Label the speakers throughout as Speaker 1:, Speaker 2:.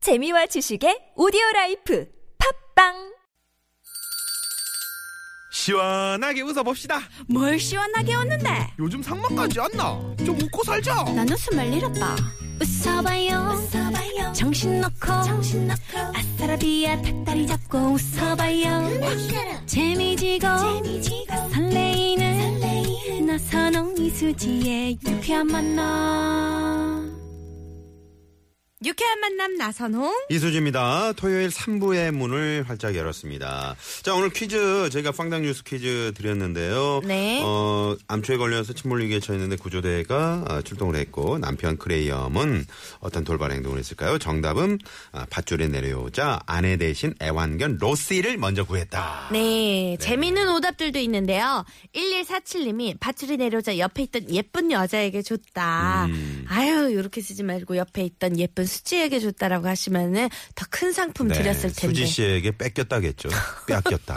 Speaker 1: 재미와 지식의 오디오 라이프 팝빵
Speaker 2: 시원하게 웃어봅시다.
Speaker 3: 뭘 시원하게 웃는데
Speaker 2: 요즘 상만까지 안 나. 좀 웃고 살자.
Speaker 3: 난 웃음을 잃었다 웃어봐요, 정신 놓고 아싸라비아 닭다리 잡고 웃어봐요 재미지고, 설레이는, 나선홍 이수지의 유쾌한 만남 유쾌한 만남 나선홍
Speaker 4: 이수지입니다. 토요일 3부의 문을 활짝 열었습니다. 자, 오늘 퀴즈, 저희가 빵당 뉴스 퀴즈 드렸는데요.
Speaker 3: 네.
Speaker 4: 어, 암초에 걸려서 침몰위기에 처했는데 구조대가 아, 출동을 했고 남편 크레이엄은 어떤 돌발 행동을 했을까요? 정답은 아, 밧줄에 내려오자 아내 대신 애완견 로시를 먼저 구했다.
Speaker 3: 네, 재미있는 오답들도 있는데요. 1147님이 밧줄이 내려오자 옆에 있던 예쁜 여자에게 줬다.
Speaker 4: 음.
Speaker 3: 아유, 이렇게 쓰지 말고 옆에 있던 예쁜 수지에게 줬다라고 하시면은 더 큰 상품
Speaker 4: 네,
Speaker 3: 음, 드렸을 텐데.
Speaker 4: 수지 씨에게 뺏겼다겠죠. 뺏겼다.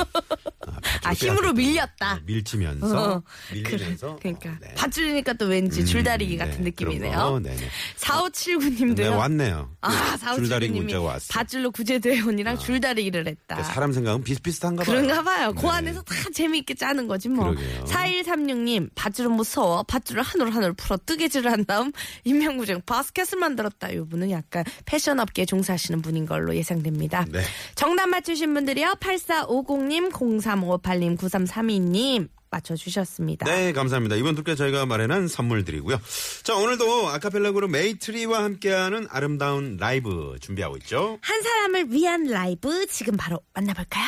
Speaker 4: 아, 밧줄을
Speaker 3: 아,
Speaker 4: 뺏겼다.
Speaker 3: 힘으로 밀렸다.
Speaker 4: 네, 밀치면서.
Speaker 3: 어,
Speaker 4: 밀리면서.
Speaker 3: 그, 러니까
Speaker 4: 네.
Speaker 3: 밧줄이니까 또 왠지 줄다리기
Speaker 4: 음, 네,
Speaker 3: 같은
Speaker 4: 그런 거.
Speaker 3: 느낌이네요.
Speaker 4: 네네.
Speaker 3: 4579님도요.
Speaker 4: 네, 왔네요.
Speaker 3: 아,
Speaker 4: 줄다리
Speaker 3: 4579님이
Speaker 4: 문자가 아. 왔어.
Speaker 3: 밧줄로 구제대원이랑 줄다리기를 했다.
Speaker 4: 그러니까 사람 생각은 비슷비슷한가 봐요.
Speaker 3: 그런가 봐요. 그
Speaker 4: 네.
Speaker 3: 안에서 다 재미있게 짜는 거지 뭐.
Speaker 4: 그러게요.
Speaker 3: 4136님, 밧줄은 무서워. 밧줄을 한올 한올 풀어 뜨개질을 한 다음 인명구정 바스켓을 만들었다. 이 분은 약간 패션업계에 종사하시는 분인 걸로 예상됩니다.
Speaker 4: 네.
Speaker 3: 정답 맞추신 분들이요. 8450님, 0358님, 9332님 맞춰주셨습니다.
Speaker 4: 네, 감사합니다. 이번 두께 저희가 마련한 선물 드리고요. 자, 오늘도 아카펠라 그룹 메이트리와 함께하는 아름다운 라이브 준비하고 있죠.
Speaker 3: 한 사람을 위한 라이브 지금 바로 만나볼까요?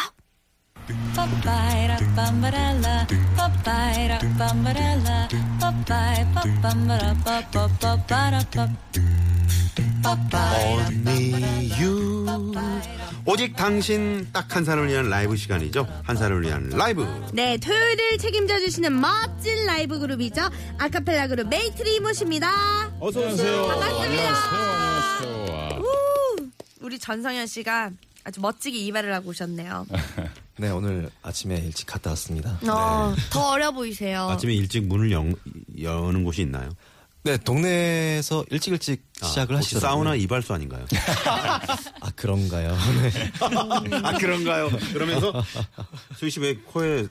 Speaker 4: 이유 오직 당신 딱 한 사람을 위한 라이브 시간이죠. 한 사람을 위한 라이브.
Speaker 3: 네, 토요일을 책임져 주시는 멋진 라이브 그룹이죠. 아카펠라 그룹 메이트리 모십니다.
Speaker 5: 어서 오세요.
Speaker 3: 반갑습니다.
Speaker 5: 안녕하세요. 안녕하세요.
Speaker 3: 우! 우리 전성현 씨가 아주 멋지게 이발을 하고 오셨네요.
Speaker 4: 아,
Speaker 6: 네 오늘 아침에 일찍 갔다 왔습니다.
Speaker 3: 어, 더 어려 보이세요.
Speaker 4: 네. 아침에 일찍 문을 영, 여는 곳이 있나요?
Speaker 6: 네 동네에서 일찍 일찍 시작을
Speaker 4: 혹시
Speaker 6: 하시더라고요.
Speaker 4: 사우나 이발소 아닌가요?
Speaker 6: 아 그런가요? 네.
Speaker 4: 아, 그런가요? 그러면서 수희 씨 왜 코에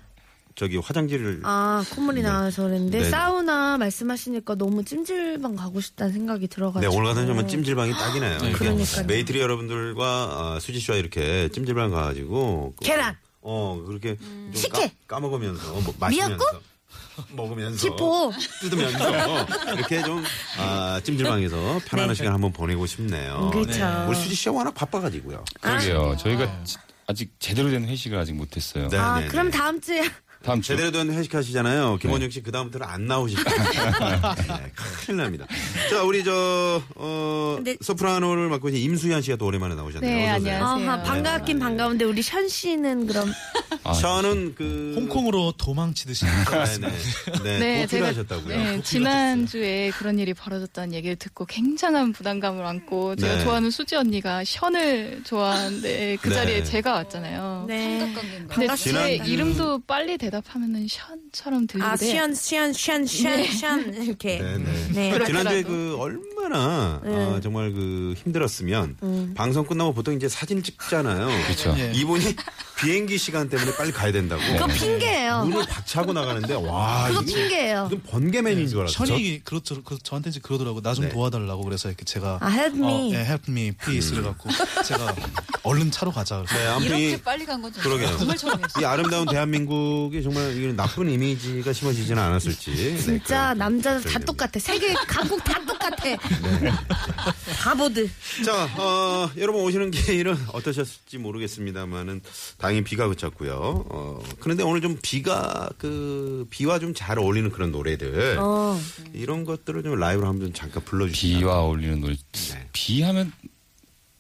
Speaker 4: 저기 화장지를
Speaker 3: 아, 콧물이 나와서 그랬는데
Speaker 4: 네.
Speaker 3: 사우나 말씀하시니까 너무 찜질방 가고 싶다는 생각이
Speaker 4: 네,
Speaker 3: 들어가지고.
Speaker 4: 오늘 같은 정말 찜질방이 딱이네요. 이렇게
Speaker 3: 아, 그러니까요.
Speaker 4: 메이트리 여러분들과 아, 수지 씨와 이렇게 찜질방 가가지고 그-
Speaker 3: 계란. 음.
Speaker 4: 어 그렇게 좀
Speaker 3: 식혜.
Speaker 4: 까, 먹으면서 뭐, 마시면서
Speaker 3: 미역국?
Speaker 4: 먹으면서 어.
Speaker 3: 지포.
Speaker 4: 뜯으면서 이렇게 좀 아, 찜질방에서 편안한 시간 한번 보내고 싶네요.
Speaker 3: 네. 그렇죠.
Speaker 4: 우리 수지 씨가 워낙 바빠가지고요.
Speaker 5: 그러게요. 저희가 지- 아직 제대로 된 회식을 아직 못했어요.
Speaker 4: 아, 네,
Speaker 3: 아,
Speaker 4: 네, 네.
Speaker 3: 그럼 다음 주에
Speaker 5: 다음 주.
Speaker 4: 제대로 된 회식하시잖아요. 김원영 씨, 그다음부터는 안 나오실 거예요. 네, 큰일 납니다. 자, 우리 저, 어,
Speaker 3: 근데-
Speaker 4: 소프라노를 맡고 있는 임수연 씨가 또 오랜만에 나오셨네요.
Speaker 7: 네,
Speaker 4: 어서 오세요.
Speaker 7: 안녕하세요.
Speaker 3: 아하,
Speaker 4: 네.
Speaker 3: 반갑긴 반가운데 우리 션 씨는 그럼
Speaker 5: 아,
Speaker 4: 저는 그
Speaker 8: 홍콩으로 도망치듯이.
Speaker 4: 네네 네, 네, 제가 하셨다고요.
Speaker 7: 네, 지난주에 그런 일이 벌어졌다는 얘기를 듣고 굉장한 부담감을 안고 제가
Speaker 4: 네.
Speaker 7: 좋아하는 수지 언니가 션을 좋아하는데 그
Speaker 4: 네.
Speaker 7: 자리에 제가 왔잖아요.
Speaker 3: 네.
Speaker 7: 근데 제
Speaker 4: 지난주-
Speaker 7: 이름도 빨리 대답하면은 션처럼 들리는데
Speaker 3: 아, 션, 션, 션, 션, 션 이렇게.
Speaker 4: 네, 네.
Speaker 3: 네.
Speaker 4: 지난주에
Speaker 7: 그렇더라도.
Speaker 4: 그 얼마나 아, 정말 그 힘들었으면 방송 끝나고 보통 이제 사진 찍잖아요.
Speaker 5: 그렇죠.
Speaker 8: 예.
Speaker 4: 이분이 비행기 시간 때문에 빨리 가야 된다고
Speaker 3: 그거 핑계예요.
Speaker 4: 문을 박차고 나가는데 와
Speaker 3: 그거
Speaker 4: 이게
Speaker 3: 핑계예요.
Speaker 4: 무슨 번개맨인 줄 알았어.
Speaker 8: 현이 그렇죠. 그 저한테 이제 그러더라고. 나 좀
Speaker 4: 네.
Speaker 8: 도와달라고 그래서 이렇게 제가
Speaker 3: 아, help me.
Speaker 8: 어, 예, help me,
Speaker 6: 음.
Speaker 8: please를 갖고 제가 얼른 차로 가자. 그래서
Speaker 4: 네, 아무튼 이,
Speaker 7: 이렇게 빨리 간 건 좀
Speaker 4: 그러게요.
Speaker 7: 정말 처음이었어요.
Speaker 4: 이 아름다운 대한민국이 정말 이 나쁜 이미지가 심어지지는 않았을지. 네,
Speaker 3: 진짜
Speaker 4: 그런
Speaker 3: 남자들 다
Speaker 4: 걱정이 됩니다.
Speaker 3: 똑같아. 세계 각국 다
Speaker 4: 네.
Speaker 3: 똑같아. 바보들.
Speaker 4: 자, 어, 여러분 오시는 길은 어떠셨을지 모르겠습니다만은 당연히 비가 그쳤고요. 어, 그런데 오늘 좀 비가 그 비와 좀 잘 어울리는 그런 노래들
Speaker 3: 어.
Speaker 4: 이런 것들을 좀 라이브로 한번 좀 잠깐 불러주시면.
Speaker 5: 비와 어울리는 노래.
Speaker 4: 네.
Speaker 5: 비하면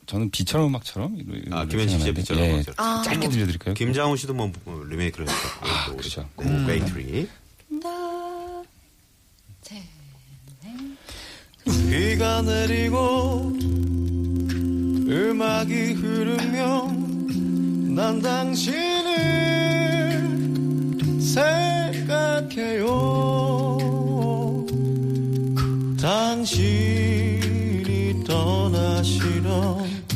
Speaker 5: 저는 비처럼 음악처럼. 이 노래-
Speaker 4: 아, 김현식 씨의
Speaker 5: 생각나는데.
Speaker 4: 비처럼
Speaker 5: 예.
Speaker 4: 음악처럼.
Speaker 3: 아,
Speaker 5: 짧게 들려드릴까요?
Speaker 4: 김장훈 씨도 뭐 어, 리메이크를 했었고 또 우리
Speaker 5: 그렇죠.
Speaker 4: 고 베이트리.
Speaker 6: 비가 내리고 음악이 흐르며 난 당신을 생각해요. 당신이 떠나시던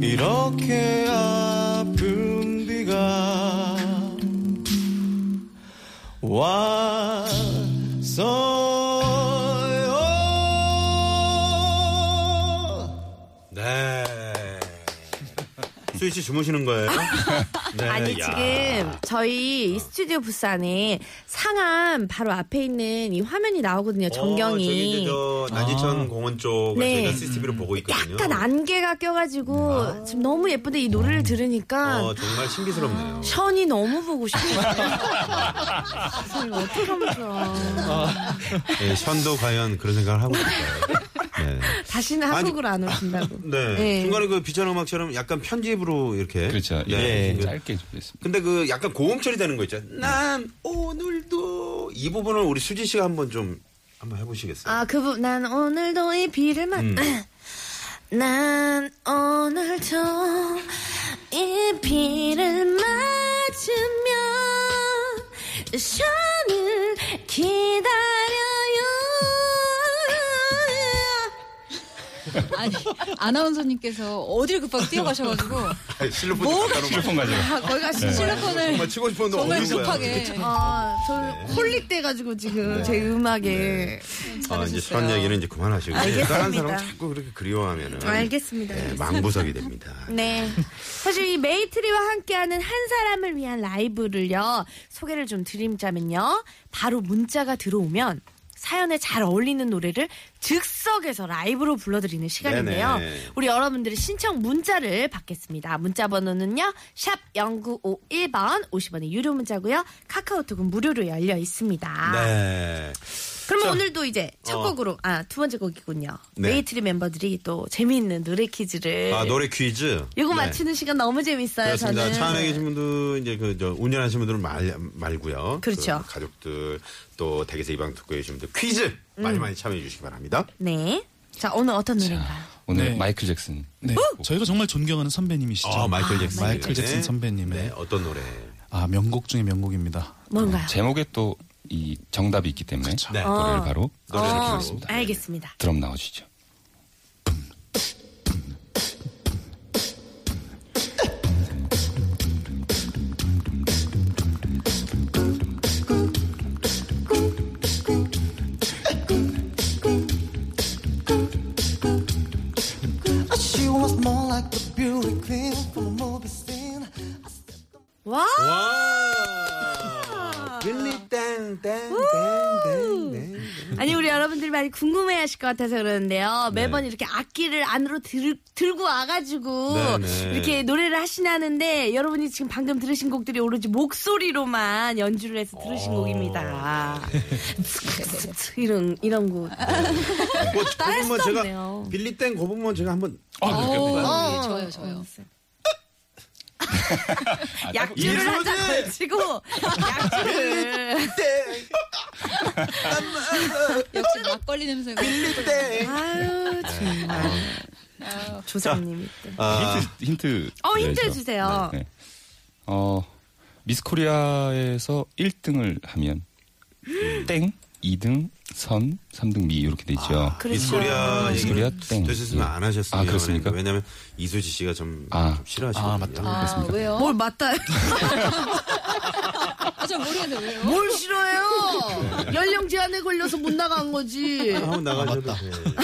Speaker 6: 그 이렇게 아픈 비가 왔어요.
Speaker 4: 네. 수희 씨 주무시는 거예요? 네.
Speaker 3: 아니
Speaker 4: 야.
Speaker 3: 지금 저희 이 스튜디오 부스 안에 상암 바로 앞에 있는 이 화면이 나오거든요.
Speaker 4: 어, 저기 이제
Speaker 3: 전경이
Speaker 4: 저
Speaker 5: 아.
Speaker 4: 난지천 공원 쪽을
Speaker 3: 네.
Speaker 4: 저희가 CCTV로 보고 있거든요. 아. 음.
Speaker 3: 약간 안개가 껴가지고 지금 너무 예쁜데 이 노래를 들으니까
Speaker 4: 어, 정말 신비스럽네요.
Speaker 3: 션이 너무 보고 싶어요. 세상에, 어떻게 하면 좋아.
Speaker 4: 네, 션도 과연 그런 생각을 하고 있을까요? 네.
Speaker 3: 다시는
Speaker 4: 아니.
Speaker 3: 한국으로 안 오신다고.
Speaker 4: 네.
Speaker 3: 네.
Speaker 4: 중간에 그 비찬 음악처럼 약간 편집으로 이렇게.
Speaker 5: 그렇죠.
Speaker 4: 네.
Speaker 5: 예. 짧게 준비했습니다.
Speaker 4: 근데 그 약간 고음 처리되는 거 있죠. 난 오늘도 이 부분을 우리 수지 씨가 한번 좀 한번 해보시겠어요?
Speaker 3: 아, 그 부, 난 오늘도 이 비를 맞,
Speaker 4: 음.
Speaker 3: 난 오늘도 이 비를 맞으며 션을 기다려요.
Speaker 9: 아니 아나운서님께서 어딜 급하게 뛰어가셔가지고
Speaker 4: 실로폰
Speaker 9: 뭐가-
Speaker 5: 휴대폰 가지고.
Speaker 3: 네.
Speaker 9: 아, 거기
Speaker 4: 네.
Speaker 9: 가서 실로폰을
Speaker 4: 정말 치고 싶은데
Speaker 9: 정말
Speaker 4: 없는 거야.
Speaker 9: 급하게
Speaker 3: 아, 저 홀릭돼가지고
Speaker 4: 네.
Speaker 3: 지금 제 음악에.
Speaker 4: 아, 이제 션
Speaker 9: 잘하셨어요.
Speaker 4: 얘기는 이제 그만하시고 네,
Speaker 3: 알겠습니다. 아,
Speaker 4: 다른 사람 자꾸 그렇게 그리워하면은
Speaker 3: 알겠습니다.
Speaker 4: 네, 망부석이 됩니다.
Speaker 3: 네. 사실 이 메이트리와 함께하는 한 사람을 위한 라이브를요, 소개를 좀 드리자면요. 바로 문자가 들어오면 사연에 잘 어울리는 노래를 즉석에서 라이브로 불러드리는 시간인데요.
Speaker 4: 네네.
Speaker 3: 우리 여러분들의 신청 문자를 받겠습니다. 문자 번호는요, 샵 0951번, 50원의 유료 문자고요. 카카오톡은 무료로 열려 있습니다.
Speaker 4: 네.
Speaker 3: 그러면 오늘도 이제 첫
Speaker 4: 어.
Speaker 3: 곡으로, 아, 두 번째 곡이군요.
Speaker 4: 네.
Speaker 3: 메이트리 멤버들이 또 재미있는 노래 퀴즈를.
Speaker 4: 아, 노래 퀴즈.
Speaker 3: 이거
Speaker 4: 네.
Speaker 3: 맞추는 시간 너무 재밌어요.
Speaker 4: 그렇습니다.
Speaker 3: 저는
Speaker 4: 차 안에 계신 분들 이제 그저 운전하시는 분들은 말 말고요.
Speaker 3: 그렇죠.
Speaker 4: 그 가족들 또 댁에서 이방 듣고 계신 분들 퀴즈
Speaker 3: 음.
Speaker 4: 많이 많이 참여해 주시기 바랍니다.
Speaker 3: 네. 자 오늘 어떤 노래인가요?
Speaker 5: 오늘
Speaker 8: 네.
Speaker 5: 마이클 잭슨.
Speaker 8: 네. 저희가 정말 존경하는 선배님이시죠.
Speaker 4: 아, 마이클 잭슨.
Speaker 8: 마이클 잭슨 선배님의
Speaker 4: 네, 어떤 노래?
Speaker 8: 아, 명곡 중에 명곡입니다.
Speaker 4: 음,
Speaker 3: 뭔가요?
Speaker 5: 제목에 또 이 정답이 있기 때문에
Speaker 4: 네.
Speaker 5: 노래를 바로 아.
Speaker 4: 노래를
Speaker 3: 어,
Speaker 4: 부르겠습니다. 네.
Speaker 3: 알겠습니다.
Speaker 5: 드럼 나와주죠.
Speaker 6: She was more like the beauty queen from a movie scene.
Speaker 3: 와
Speaker 4: 와! 빌리 땡땡땡땡.
Speaker 3: 아니 우리 여러분들이 많이 궁금해하실 것 같아서 그러는데요.
Speaker 4: 네.
Speaker 3: 매번 이렇게 악기를 안으로 들, 들고 와가지고
Speaker 4: 네, 네.
Speaker 3: 이렇게 노래를 하시나는데 여러분이 지금 방금 들으신 곡들이 오로지 목소리로만 연주를 해서 들으신
Speaker 4: 어.
Speaker 3: 곡입니다. 이런 이런 곡.
Speaker 9: 아,
Speaker 4: 뭐, 그
Speaker 3: 따라할
Speaker 4: 부분만
Speaker 3: 수가
Speaker 4: 제가
Speaker 3: 없네요.
Speaker 4: 빌리 땡 그 부분만 제가 한번
Speaker 9: 어, 예,
Speaker 7: 네,
Speaker 9: 저요 저요
Speaker 3: 약주를
Speaker 4: 아,
Speaker 3: 하자 걸치고 약주를.
Speaker 9: 역시 막걸리 냄새가
Speaker 3: 아유 정말 조상님이. 또.
Speaker 5: 힌트 힌트.
Speaker 9: 아,
Speaker 3: 어, 힌트
Speaker 5: 드려야죠.
Speaker 3: 주세요.
Speaker 5: 네, 네. 어 미스 코리아에서 1등을 하면
Speaker 3: 음.
Speaker 5: 땡, 2등 선, 3등 미 이렇게 돼 있죠. 아,
Speaker 3: 그렇죠.
Speaker 4: 미스코리아
Speaker 5: 미스코리아
Speaker 4: 얘기를
Speaker 5: 땡.
Speaker 4: 되셨으면 안 하셨어요.
Speaker 5: 아, 그렇습니까?
Speaker 4: 왜냐면 이수지 씨가 좀,
Speaker 5: 아.
Speaker 4: 좀 싫어하시거든요. 네.
Speaker 8: 아, 맞다.
Speaker 9: 아 왜요?
Speaker 3: 뭘 맞다.
Speaker 9: 아, 저 모르겠는데 왜요?
Speaker 3: 뭘 싫어해요? 연령 제한에 걸려서 못 나간 거지.
Speaker 4: 한번
Speaker 5: 아,
Speaker 4: 나가셔도 돼요. 네.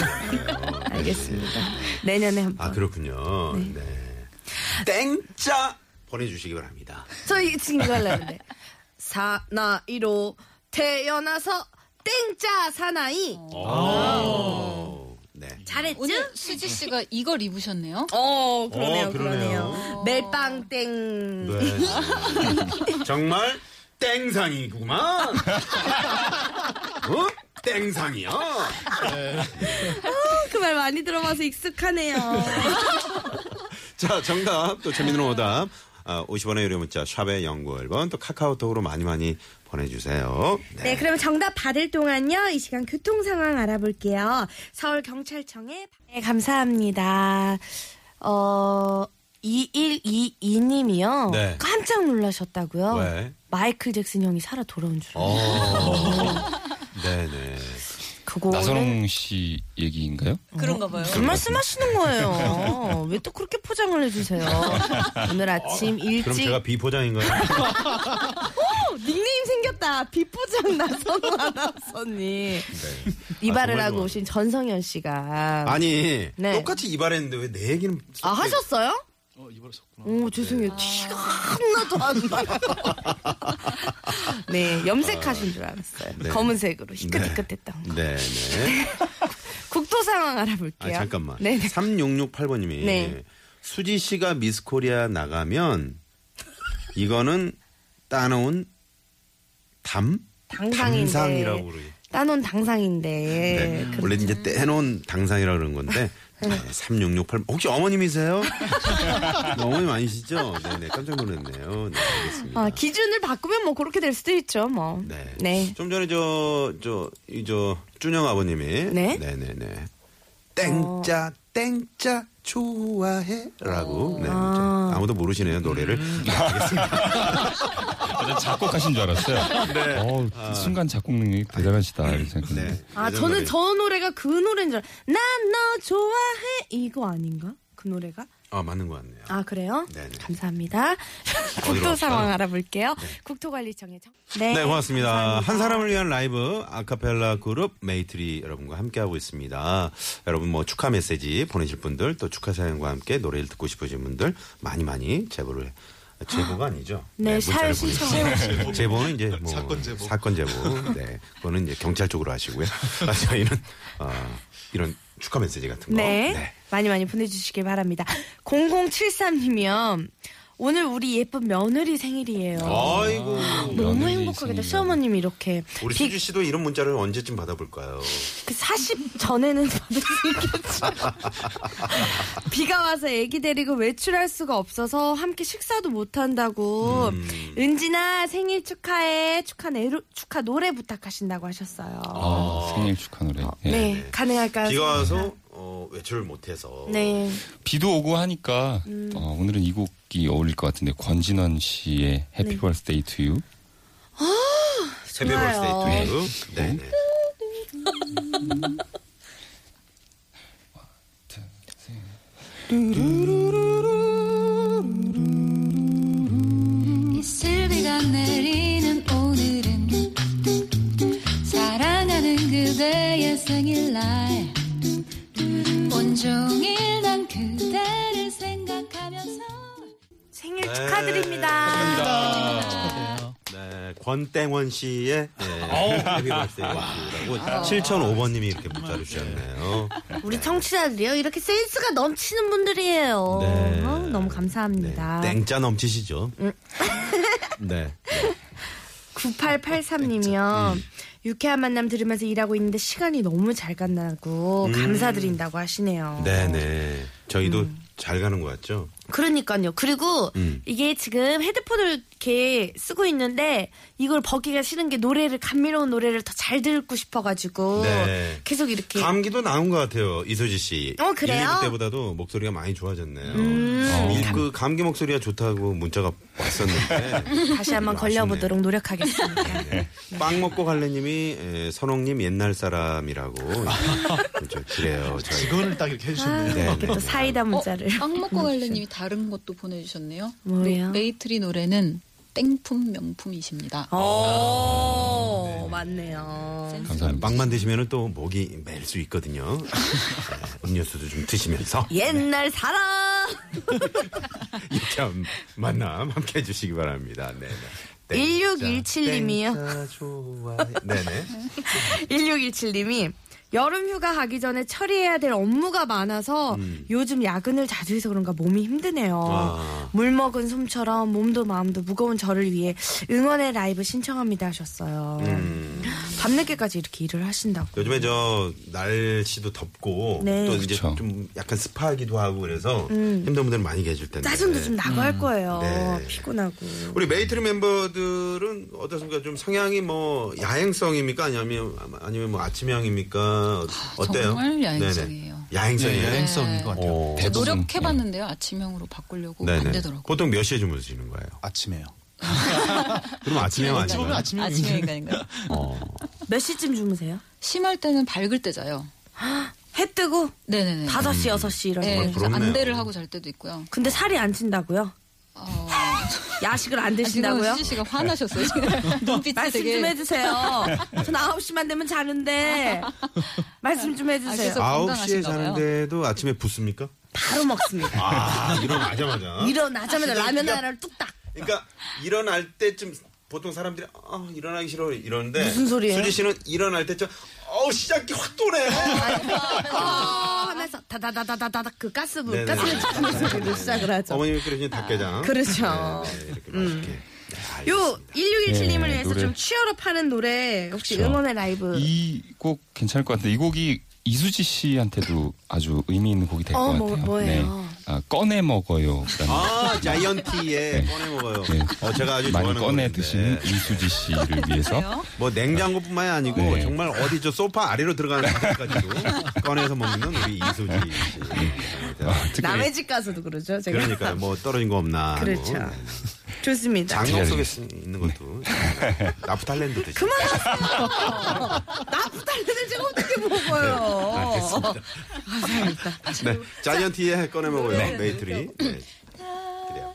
Speaker 3: 알겠습니다. 내년에 한 번.
Speaker 4: 아 그렇군요. 네. 땡자 보내주시기 바랍니다.
Speaker 3: 저희 지금 이거 하려는데. 사나이로 태어나서 땡자 사나이.
Speaker 5: 어.
Speaker 4: 오. 네.
Speaker 3: 잘했죠?
Speaker 9: 어. 오늘 수지 씨가 이걸 입으셨네요.
Speaker 3: 어, 그러네요, 음.
Speaker 4: 어, 그러네요.
Speaker 3: 그러네요. 멜빵 땡.
Speaker 4: 네. 정말 땡상이구만. 어? 땡상이야.
Speaker 3: 그 말 많이 들어봐서 익숙하네요.
Speaker 4: 자 정답 또 재밌는 오답. 아, 50원의 유료 문자 샵의 연구 1번 또 카카오톡으로 많이 많이 보내주세요.
Speaker 3: 네, 그러면 정답 받을 동안요. 이 시간 교통 상황 알아볼게요. 서울 경찰청에 네, 감사합니다. 어 2122님이요.
Speaker 4: 네.
Speaker 3: 깜짝 놀라셨다고요.
Speaker 4: 왜?
Speaker 3: 마이클 잭슨 형이 살아 돌아온 줄.
Speaker 4: 어. 네네.
Speaker 3: 그 그거를 어?
Speaker 5: 나선홍 씨 얘기인가요?
Speaker 9: 그런가 봐요.
Speaker 3: 무슨 말씀하시는 거예요? 왜 또 그렇게 포장을 해주세요? 오늘 아침
Speaker 4: 어, 그럼
Speaker 3: 일찍
Speaker 4: 제가 비포장인가요?
Speaker 3: 어, 닉네임 생겼다. 비포장 나선호 아나운서님
Speaker 4: 아,
Speaker 3: 이발을
Speaker 4: 정말
Speaker 3: 하고
Speaker 4: 좋아.
Speaker 3: 오신 전성현 씨가
Speaker 4: 아니
Speaker 3: 네.
Speaker 4: 똑같이 이발했는데 왜 내 얘기는
Speaker 3: 아 하셨어요?
Speaker 8: 어, 이번에 썼구나.
Speaker 4: 네.
Speaker 3: 오 죄송해요
Speaker 4: 아.
Speaker 3: 티가 하나도 안 나요. 네 염색하신 줄 알았어요.
Speaker 4: 네. 음.
Speaker 3: 검은색으로 희끗희끗했던 거.
Speaker 4: 네네.
Speaker 3: 국토 상황
Speaker 4: 아,
Speaker 3: 알아볼게요.
Speaker 4: 잠깐만.
Speaker 3: 네. 네.
Speaker 4: 3668번님이
Speaker 3: 네.
Speaker 4: 수지 씨가 미스코리아 나가면 이거는 따놓은 담
Speaker 3: 당상인데.
Speaker 4: 당상이라고 그러죠.
Speaker 3: 따놓은 당상인데.
Speaker 4: 네.
Speaker 3: 그-
Speaker 4: 원래 이제 떼놓은 당상이라 그런 건데
Speaker 3: 네.
Speaker 4: 3668 혹시 어머님이세요? 네, 어머님 아니시죠? 네네 깜짝 놀랐네요. 네 알겠습니다.
Speaker 3: 아, 기준을 바꾸면 뭐 그렇게 될 수도 있죠 뭐.
Speaker 4: 네.
Speaker 3: 네.
Speaker 4: 좀 전에 저저이저 준영 아버님이
Speaker 3: 네?
Speaker 4: 네네네 땡짜 땡짜 좋아해라고 네,
Speaker 3: 아. 음.
Speaker 4: 아. 무도 모르시네요 노래를 네, 알겠습니다.
Speaker 5: 아, 저 작곡하신 줄 알았어요. 어, 순간 작곡 능력이 대단하시다. 이렇게 생각했는데.
Speaker 4: 네.
Speaker 3: 아
Speaker 4: 예전
Speaker 3: 저는
Speaker 4: 노래.
Speaker 3: 저 노래가 그 노래인 줄. 난 너 좋아해 이거 아닌가? 그 노래가?
Speaker 4: 아 맞는 것 같네요.
Speaker 3: 아 그래요?
Speaker 4: 네네.
Speaker 3: 감사합니다.
Speaker 4: 어디로
Speaker 3: 국토 상황
Speaker 4: 갈까요?
Speaker 3: 알아볼게요. 국토관리청의 청.
Speaker 4: 네, 고맙습니다.
Speaker 3: 감사합니다.
Speaker 4: 한 사람을 위한 라이브 아카펠라 그룹 메이트리 여러분과 함께하고 있습니다. 여러분 뭐 축하 메시지 보내실 분들 또 축하 사연과 함께 노래를 듣고 싶으신 분들 많이 많이 제보를 제보가 아니죠.
Speaker 3: 네,
Speaker 4: 문자를
Speaker 3: 사연 신청.
Speaker 4: 보내주세요. 제보는 이제 뭐
Speaker 8: 사건 제보.
Speaker 4: 사건 제보. 네, 그거는 이제 경찰 쪽으로 하시고요. 아, 저희는 어, 이런 축하 메시지 같은 거.
Speaker 3: 네. 많이 많이 보내주시길 바랍니다. 0073님이요. 오늘 우리 예쁜 며느리 생일이에요.
Speaker 4: 어, 아이고.
Speaker 3: 너무
Speaker 5: 며느리
Speaker 3: 행복하겠다.
Speaker 5: 생일이요.
Speaker 3: 시어머님이 이렇게
Speaker 4: 우리
Speaker 3: 빅
Speaker 4: 수지 씨도 이런 문자를 언제쯤 받아볼까요?
Speaker 3: 그 40 전에는 받을 수 있겠죠. 비가 와서 애기 데리고 외출할 수가 없어서 함께 식사도 못
Speaker 4: 어, 음.
Speaker 3: 한다고. 음. 은진아 생일 축하해. 축하 내로, 축하 노래 부탁하신다고 하셨어요.
Speaker 5: 아, 생일 축하 노래. 예.
Speaker 3: 네, 가능할까요?
Speaker 4: 비가 와서 어, 외출을 못해서.
Speaker 3: 네.
Speaker 5: 비도 오고 하니까
Speaker 3: 음.
Speaker 5: 어, 오늘은 이 곡이 어울릴 것 같은데 권진원 씨의
Speaker 3: 네.
Speaker 5: 해피 벌스데이 투 유.
Speaker 4: 새벽 벌스데이
Speaker 5: 좋아요.
Speaker 4: 투. 네. 네.
Speaker 9: 이슬비가 내리는 오늘은 사랑하는 그대의 생일날 온종일 난 그대를 생각하면서
Speaker 3: 생일
Speaker 4: 네.
Speaker 3: 축하드립니다.
Speaker 4: 네, 권땡원 씨의 네,
Speaker 3: 아, 어.
Speaker 4: 해피 벌스데이라고 7005번님이 이렇게
Speaker 3: 아.
Speaker 4: 문자를 주셨네요.
Speaker 3: 우리 청취자들이요. 이렇게 센스가 넘치는 분들이에요.
Speaker 4: 네.
Speaker 3: 어, 너무
Speaker 4: 네,
Speaker 3: 감사합니다. 음.
Speaker 4: 땡짜 넘치시죠? 네.
Speaker 3: 9883님이요. 음. 유쾌한 만남 들으면서 일하고 있는데 시간이 너무 잘 간다고 감사드린다고 하시네요.
Speaker 4: 네네. 저희도
Speaker 3: 음.
Speaker 4: 잘 가는 것 같죠?
Speaker 3: 그러니까요. 그리고
Speaker 4: 음.
Speaker 3: 이게 지금 헤드폰을 이렇게 쓰고 있는데 이걸 벗기가 싫은 게 노래를 감미로운 노래를 더 잘 듣고 싶어가지고
Speaker 4: 네.
Speaker 3: 계속 이렇게
Speaker 4: 감기도 나은 것 같아요, 이소지 씨.
Speaker 3: 그 어, 그래요? 음. 어.
Speaker 4: 1, 2부 때보다도 목소리가 많이 좋아졌네요. 이- 그 감기 목소리가 좋다고 문자가 왔었는데.
Speaker 3: 다시 한번 걸려보도록 노력하겠습니다.
Speaker 4: 네. 빵 먹고 갈래님이 에, 선홍님 옛날 사람이라고. 저, 그래요. 저희.
Speaker 8: 직원을 딱 이렇게 해주셨네요.
Speaker 4: 네, 네.
Speaker 3: 이렇게 또 사이다 문자를
Speaker 9: 빵 먹고 갈래님이 다른 것도 보내주셨네요.
Speaker 3: 뭐예요?
Speaker 9: 노- 메이트리 노래는 땡품 명품이십니다.
Speaker 4: 아,
Speaker 3: 어. 오, 어,
Speaker 4: 네.
Speaker 3: 맞네요.
Speaker 5: 감사합니다.
Speaker 4: 빵만 드시면 또 목이 멜 수 있거든요. 네, 음료수도 좀 드시면서
Speaker 3: 옛날 사람.
Speaker 4: 참 만남 함께 해주시기 바랍니다. 네네. 땡,
Speaker 3: 1617
Speaker 4: 자, 땡,
Speaker 3: 님이요.
Speaker 4: 자, 좋아해. 네네.
Speaker 3: 1617님이 여름 휴가 가기 전에 처리해야 될 업무가 많아서 요즘 야근을 자주 해서 그런가 몸이 힘드네요.
Speaker 4: 음. 아.
Speaker 3: 물 먹은 솜처럼 몸도 마음도 무거운 저를 위해 응원의 라이브 신청합니다 하셨어요.
Speaker 4: 음.
Speaker 3: 밤늦게까지 이렇게 일을 하신다고.
Speaker 4: 요즘에 저 날씨도 덥고
Speaker 3: 네. 음.
Speaker 4: 또 이제
Speaker 5: 그쵸.
Speaker 4: 좀 약간 습하기도 하고 그래서 힘든 분들 많이 계실 텐데.
Speaker 3: 짜증도 좀 나고 할 거예요.
Speaker 4: 네.
Speaker 3: 피곤하고.
Speaker 4: 우리 메이트리 멤버들은 어떻습니까? 좀 성향이 뭐 야행성입니까? 아니면 아니면 뭐 아침형입니까? 어- 어때요?
Speaker 9: 정말
Speaker 4: 네네.
Speaker 9: 야행성이에요.
Speaker 4: 야행성이에요.
Speaker 8: 네, 여행성인 것 같아요.
Speaker 4: 어.
Speaker 5: 대부분,
Speaker 9: 노력해봤는데요. 아침형으로 바꾸려고
Speaker 4: 네네.
Speaker 9: 안 되더라고요.
Speaker 4: 보통 몇 시에 주무시는 거예요?
Speaker 8: 아침에요.
Speaker 4: 그럼 아침형
Speaker 8: 어찌 보면
Speaker 4: 아니에요?
Speaker 8: 아침에
Speaker 9: 네. 아침형 인간인가요?
Speaker 4: 어.
Speaker 3: 몇 시쯤 주무세요?
Speaker 9: 심할 때는 밝을 때 자요.
Speaker 3: 해 뜨고
Speaker 9: 네네네.
Speaker 3: 다섯 시 여섯 시
Speaker 9: 네,
Speaker 3: 이러면.
Speaker 4: 음. 정말
Speaker 9: 그래서
Speaker 4: 부럽네요.
Speaker 9: 안대를 하고 잘 때도 있고요.
Speaker 3: 근데 살이 안 찐다고요?
Speaker 9: 어,
Speaker 3: 야식을 안
Speaker 9: 아, 지금
Speaker 3: 드신다고요?
Speaker 9: 수지 씨가 화나셨어요. 지금 눈빛이
Speaker 3: 말씀
Speaker 9: 되게
Speaker 3: 좀 해주세요. 전 9시만 되면 자는데 말씀 좀 해주세요.
Speaker 9: 그래서
Speaker 4: 아홉 시에
Speaker 9: 건강하신가 봐요.
Speaker 4: 자는데도 아침에 붓습니까?
Speaker 3: 바로 먹습니다.
Speaker 4: 아 일어나자마자.
Speaker 3: 일어나자마자 라면 하나를 뚝딱.
Speaker 4: 그러니까 일어날 때쯤 보통 사람들이 아 일어나기 싫어 이러는데
Speaker 3: 무슨 소리예요?
Speaker 4: 수지 씨는 일어날 때쯤 어우 시작이 확 도네.
Speaker 3: 어, 하면서 다다다다다다 그 가스불
Speaker 4: 네네.
Speaker 3: 가스불 지키면서 그걸 시작을 하죠. 아,
Speaker 4: 어머님이 끓여준 닭게장.
Speaker 3: 그렇죠.
Speaker 4: 네, 이렇게 맛있게. 네,
Speaker 3: 요
Speaker 4: 알겠습니다.
Speaker 3: 1617님을
Speaker 5: 네,
Speaker 3: 위해서
Speaker 5: 노래.
Speaker 3: 좀 취업업 하는 노래 혹시
Speaker 5: 그렇죠.
Speaker 3: 응원의 라이브
Speaker 5: 이 곡 괜찮을 것 같은데 이 곡이 이수지 씨한테도 아주 의미 있는 곡이 될 것
Speaker 3: 어, 뭐-
Speaker 5: 같아요.
Speaker 3: 뭐예요?
Speaker 5: 아, 꺼내 먹어요라는
Speaker 4: 아 자이언티에
Speaker 5: 네.
Speaker 4: 꺼내 먹어요.
Speaker 5: 네.
Speaker 4: 어 제가 아주
Speaker 5: 많이
Speaker 4: 좋아하는
Speaker 5: 꺼내
Speaker 4: 건데. 네.
Speaker 5: 드시는 이수지 씨를 위해서
Speaker 4: 뭐 냉장고뿐만이 아니고
Speaker 5: 네.
Speaker 4: 정말 어디 저 소파 아래로 들어가는 것까지도 꺼내서 먹는 우리 이수지 씨. 감사합니다.
Speaker 3: 남의 집 가서도 그러죠 제가
Speaker 4: 그러니까 뭐 떨어진 거 없나. 하고.
Speaker 3: 네. 그렇죠.
Speaker 4: 네.
Speaker 3: 좋습니다.
Speaker 4: 장롱 속에 쓰- 있는 것도 나프탈렌드 드시.
Speaker 3: 나프탈렌을 제가 어떻게 먹어요? 알겠습니다. 감사합니다.
Speaker 4: 네. 자이언티에 꺼내 먹어요. 메이트리. 네. 드려요.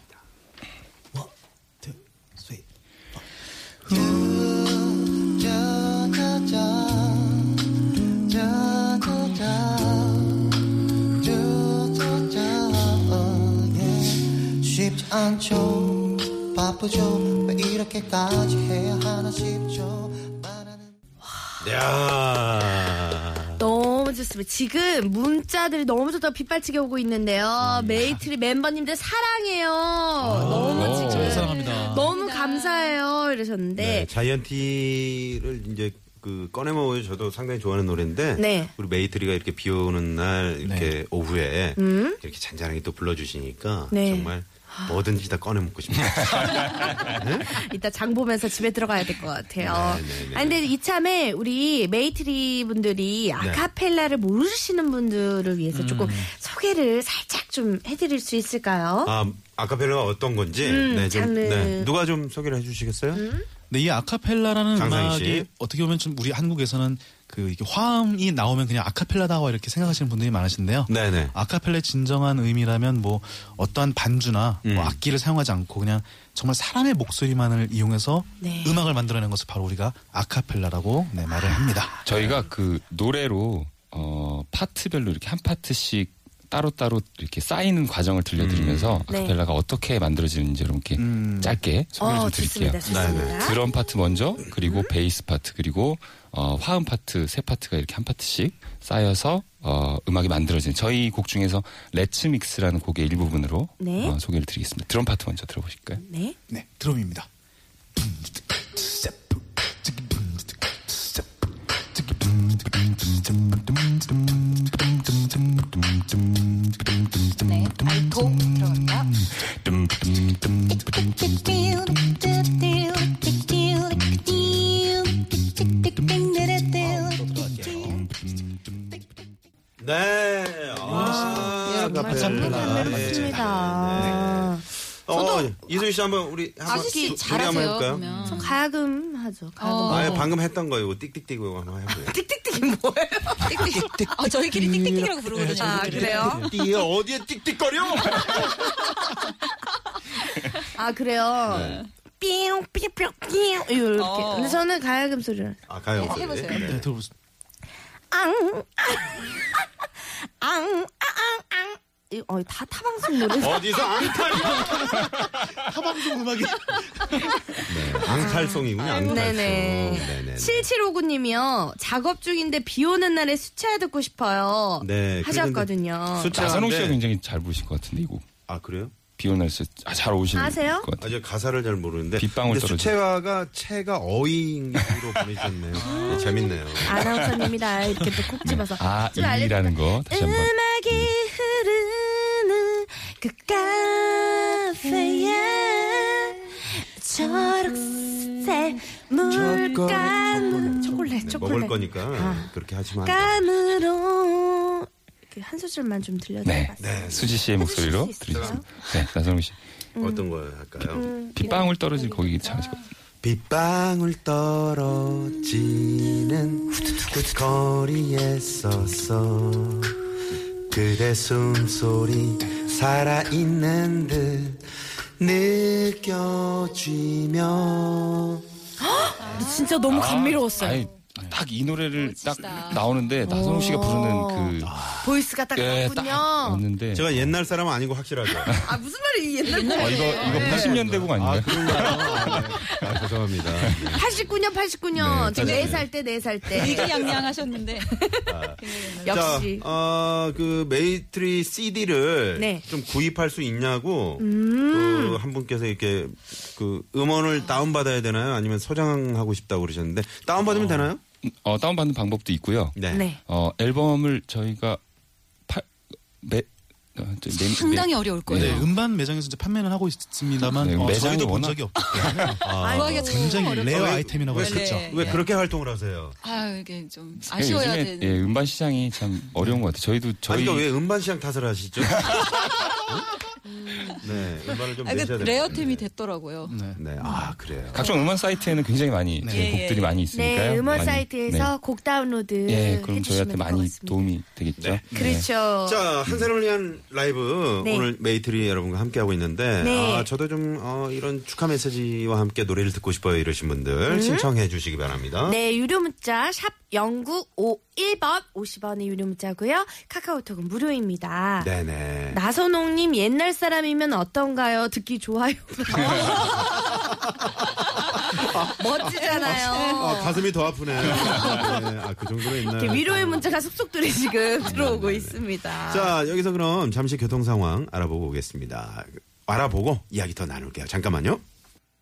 Speaker 6: 쉽지 않죠 바쁘죠 왜 이렇게까지 해야 하나 싶죠 바라는
Speaker 4: 야.
Speaker 3: 너무 좋습니다. 지금 문자들이 너무 좋다고 빗발치게 오고 있는데요. 메이트리 멤버님들 사랑해요. 너무 지금
Speaker 8: 사랑합니다.
Speaker 3: 너무 감사해요 이러셨는데
Speaker 4: 네, 자이언티를 이제 그 꺼내 먹어요. 저도 상당히 좋아하는 노래인데
Speaker 3: 네.
Speaker 4: 우리 메이트리가 이렇게 비 오는 날 이렇게 오후에
Speaker 9: 음?
Speaker 4: 이렇게 잔잔하게 또 불러주시니까
Speaker 3: 네.
Speaker 4: 정말 뭐든지 다 꺼내 먹고 싶네요.
Speaker 3: 이따 장 보면서 집에 들어가야 될 것 같아요.
Speaker 4: 네, 네, 네.
Speaker 3: 아, 근데 이참에 우리 메이트리 분들이 아카펠라를 모르시는 분들을 위해서 조금 소개를 살짝 좀 해드릴 수 있을까요?
Speaker 4: 아 아카펠라가 어떤 건지
Speaker 9: 음,
Speaker 4: 네, 좀,
Speaker 3: 장르.
Speaker 4: 네. 누가 좀 소개를 해주시겠어요?
Speaker 8: 근데 네, 이 아카펠라라는
Speaker 4: 장상희
Speaker 8: 음악이
Speaker 4: 씨.
Speaker 8: 어떻게 보면 좀 우리 한국에서는 그 이렇게 화음이 나오면 그냥 아카펠라다 와 이렇게 생각하시는 분들이 많으신데요.
Speaker 4: 네네.
Speaker 8: 아카펠라의 진정한 의미라면 뭐 어떠한 반주나
Speaker 5: 음.
Speaker 8: 뭐 악기를 사용하지 않고 그냥 정말 사람의 목소리만을 이용해서
Speaker 3: 네.
Speaker 8: 음악을 만들어낸 것을 바로 우리가 아카펠라라고 네, 말을 합니다.
Speaker 5: 저희가 그 노래로 어, 파트별로 이렇게 한 파트씩 따로따로 이렇게 쌓이는 과정을 들려드리면서
Speaker 4: 음.
Speaker 3: 네.
Speaker 5: 아카펠라가 어떻게 만들어지는지 이렇게
Speaker 8: 음.
Speaker 5: 짧게 소개를
Speaker 3: 어,
Speaker 5: 좀 드릴게요.
Speaker 3: 좋습니다. 좋습니다.
Speaker 5: 드럼 파트 먼저 그리고 베이스 파트 그리고 어, 화음 파트 세 파트가 이렇게 한 파트씩 쌓여서 어, 음악이 만들어지는 저희 곡 중에서 레츠 믹스라는 곡의 일부분으로
Speaker 3: 네.
Speaker 5: 어, 소개를 드리겠습니다. 드럼 파트 먼저 들어보실까요?
Speaker 3: 네.
Speaker 8: 네, 드럼입니다.
Speaker 9: 네, 알토 들어갈까요?
Speaker 4: 네.
Speaker 9: 예,
Speaker 4: 아, 아카펠라. 네,
Speaker 3: 맞습니다.
Speaker 4: 어, 이수희 씨 한번 우리 한번
Speaker 9: 아저씨
Speaker 4: 두- 둘이 한번
Speaker 9: 잘하세요.
Speaker 4: 해볼까요?
Speaker 9: 그러면.
Speaker 3: 전 가야금 하죠. 가야금.
Speaker 9: 어.
Speaker 4: 아예 뭐, 방금 했던 거 이거 띡띡띡 이거 한번 해보세요.
Speaker 9: 아, 저희끼리 띡띡이라고 부르거든요.
Speaker 3: 아, 그래요?
Speaker 4: 이 어디에 띡띡거려?
Speaker 3: 아, 그래요?
Speaker 4: 네.
Speaker 3: 삐용, 삐용, 삐용, 삐용. 이렇게.
Speaker 9: 어.
Speaker 3: 근데 저는 가야금 소리를.
Speaker 4: 아, 가요.
Speaker 9: 해보세요.
Speaker 4: 네.
Speaker 8: 네, 들어보세요.
Speaker 3: 앙, 앙, 앙, 앙, 앙. 이- 어, 다 타방송 노래.
Speaker 4: 어디서 앙탈?
Speaker 8: 타방송 음악이
Speaker 4: 네, 앙탈송이군요. 앙탈송.
Speaker 3: 네네.
Speaker 4: 네네.
Speaker 3: 7759님이요. 작업 중인데 비 오는 날에 수채화 듣고 싶어요.
Speaker 4: 네,
Speaker 3: 하셨거든요.
Speaker 4: 수채-
Speaker 5: 나선홍 씨가
Speaker 4: 네.
Speaker 5: 굉장히 잘 보실 것 같은데 이곡
Speaker 4: 아 그래요?
Speaker 5: 비오는 날씨 아, 잘 오시는
Speaker 3: 아세요?
Speaker 5: 것 같아요.
Speaker 4: 아, 저 가사를 잘 모르는데.
Speaker 5: 빗방울
Speaker 4: 근데
Speaker 5: 떨어지네.
Speaker 4: 수채화가 채가 어잉으로 보내주셨네요. 네, 재밌네요.
Speaker 3: 아나운서님이다. 이렇게 또 콕 집어서.
Speaker 5: 아,
Speaker 3: 좀 알려주세요.
Speaker 5: 이라는 거 다시 한번.
Speaker 3: 음악이 흐르는 그 카페에 초록색 물감 초콜릿
Speaker 4: 네,
Speaker 3: 초콜릿
Speaker 4: 먹을 거니까 그렇게 하시면 안 돼요.
Speaker 3: 깐으로 이렇게 한 소절만 좀
Speaker 5: 네.
Speaker 3: 들려드려봤어요.
Speaker 5: 수지 씨의 목소리로
Speaker 3: 해주실 수 있어요?
Speaker 5: 드리겠습니다. 네, 나선홍 씨.
Speaker 3: 음,
Speaker 4: 어떤 거 할까요?
Speaker 5: 빗방울 떨어질 거기 잘하시고
Speaker 4: 빗방울 떨어지는 그 거리에 서서 그대 숨소리 살아있는 듯 느껴지며
Speaker 3: 진짜 너무 감미로웠어요.
Speaker 5: 아니, 딱 이 노래를 딱 나오는데 나선홍 씨가 부르는 그
Speaker 3: 아, 보이스가 딱
Speaker 5: 예,
Speaker 3: 나왔군요.
Speaker 5: 딱 있는데
Speaker 4: 제가 옛날 사람 은 아니고 확실하죠.
Speaker 3: 아 무슨 말이 옛날
Speaker 5: 어, 이거 이거
Speaker 3: 네.
Speaker 5: 80년대곡 아닌가요? 그,
Speaker 4: 그런가요? 네. 아, 죄송합니다. 네.
Speaker 3: 89년 89년
Speaker 5: 네,
Speaker 3: 제가
Speaker 5: 네.
Speaker 3: 4살 때 4살 때
Speaker 9: 되게 양양하셨는데
Speaker 3: 역시
Speaker 4: 자, 어, 그 메이트리 CD를
Speaker 3: 네.
Speaker 4: 좀 구입할 수 있냐고
Speaker 9: 음.
Speaker 4: 그 한 분께서 이렇게 그 음원을 다운 받아야 되나요? 아니면 소장하고 싶다고 그러셨는데 다운 받으면 되나요?
Speaker 5: 어, 다운받는 방법도 있고요.
Speaker 4: 네.
Speaker 3: 네.
Speaker 5: 어, 앨범을 저희가 팔, 매, 어, 저, 매- 매-
Speaker 9: 상당히 어려울 거예요.
Speaker 8: 네, 음반 매장에서 이제 판매는 하고 있습니다만
Speaker 5: 네,
Speaker 8: 어,
Speaker 5: 매장이
Speaker 8: 저희도 본
Speaker 5: 워낙-
Speaker 8: 적이 없기 때문에
Speaker 9: 구하기가 참
Speaker 8: 굉장히
Speaker 9: 어렵고.
Speaker 8: 레어 아이템이라고 할 수
Speaker 9: 네.
Speaker 8: 있죠.
Speaker 4: 왜 그렇게 활동을 하세요?
Speaker 9: 아 이게 좀
Speaker 5: 예,
Speaker 9: 아쉬워야
Speaker 5: 요즘에,
Speaker 9: 되는.
Speaker 5: 예, 음반 시장이 참 어려운 것 같아요. 저희도
Speaker 4: 아니
Speaker 5: 저희
Speaker 4: 그러니까 왜 음반 시장 탓을 하시죠? 네, 음반을 좀
Speaker 9: 아, 그
Speaker 4: 내셔야 돼요.
Speaker 9: 레어템이 됐더라고요.
Speaker 8: 네.
Speaker 4: 네, 아 그래요.
Speaker 5: 각종 음원 사이트에는 굉장히 많이 저희
Speaker 9: 예,
Speaker 5: 곡들이
Speaker 9: 예.
Speaker 5: 많이 있으니까요.
Speaker 3: 네 음원
Speaker 5: 많이,
Speaker 3: 사이트에서 곡 다운로드
Speaker 5: 네. 예, 그럼
Speaker 3: 해주시면
Speaker 5: 저희한테
Speaker 3: 될것
Speaker 5: 많이
Speaker 3: 같습니다.
Speaker 5: 도움이 네. 되겠죠.
Speaker 3: 그렇죠
Speaker 4: 자, 한 사람을 위한 라이브
Speaker 3: 네.
Speaker 4: 오늘 메이트리 여러분과 함께하고 있는데
Speaker 3: 네.
Speaker 4: 아, 저도 좀 어, 이런 축하 메시지와 함께 노래를 듣고 싶어요 이러신 분들 신청해 주시기 바랍니다.
Speaker 3: 음? 네, 유료 문자 샵 0951번 50원의 유료 문자고요. 카카오톡은 무료입니다.
Speaker 4: 네네.
Speaker 3: 나선홍님 옛날 사람이면 어떤가요? 듣기 좋아요.
Speaker 4: 아,
Speaker 3: 멋지잖아요.
Speaker 4: 가슴이 더 아프네요. 네, 아, 그 정도로
Speaker 3: 이렇게
Speaker 4: 있나요?
Speaker 3: 위로의 문자가 속속들이 지금 들어오고 있습니다.
Speaker 4: 자, 여기서 그럼 잠시 교통 상황 알아보고 오겠습니다. 알아보고 이야기 더 나눌게요. 잠깐만요.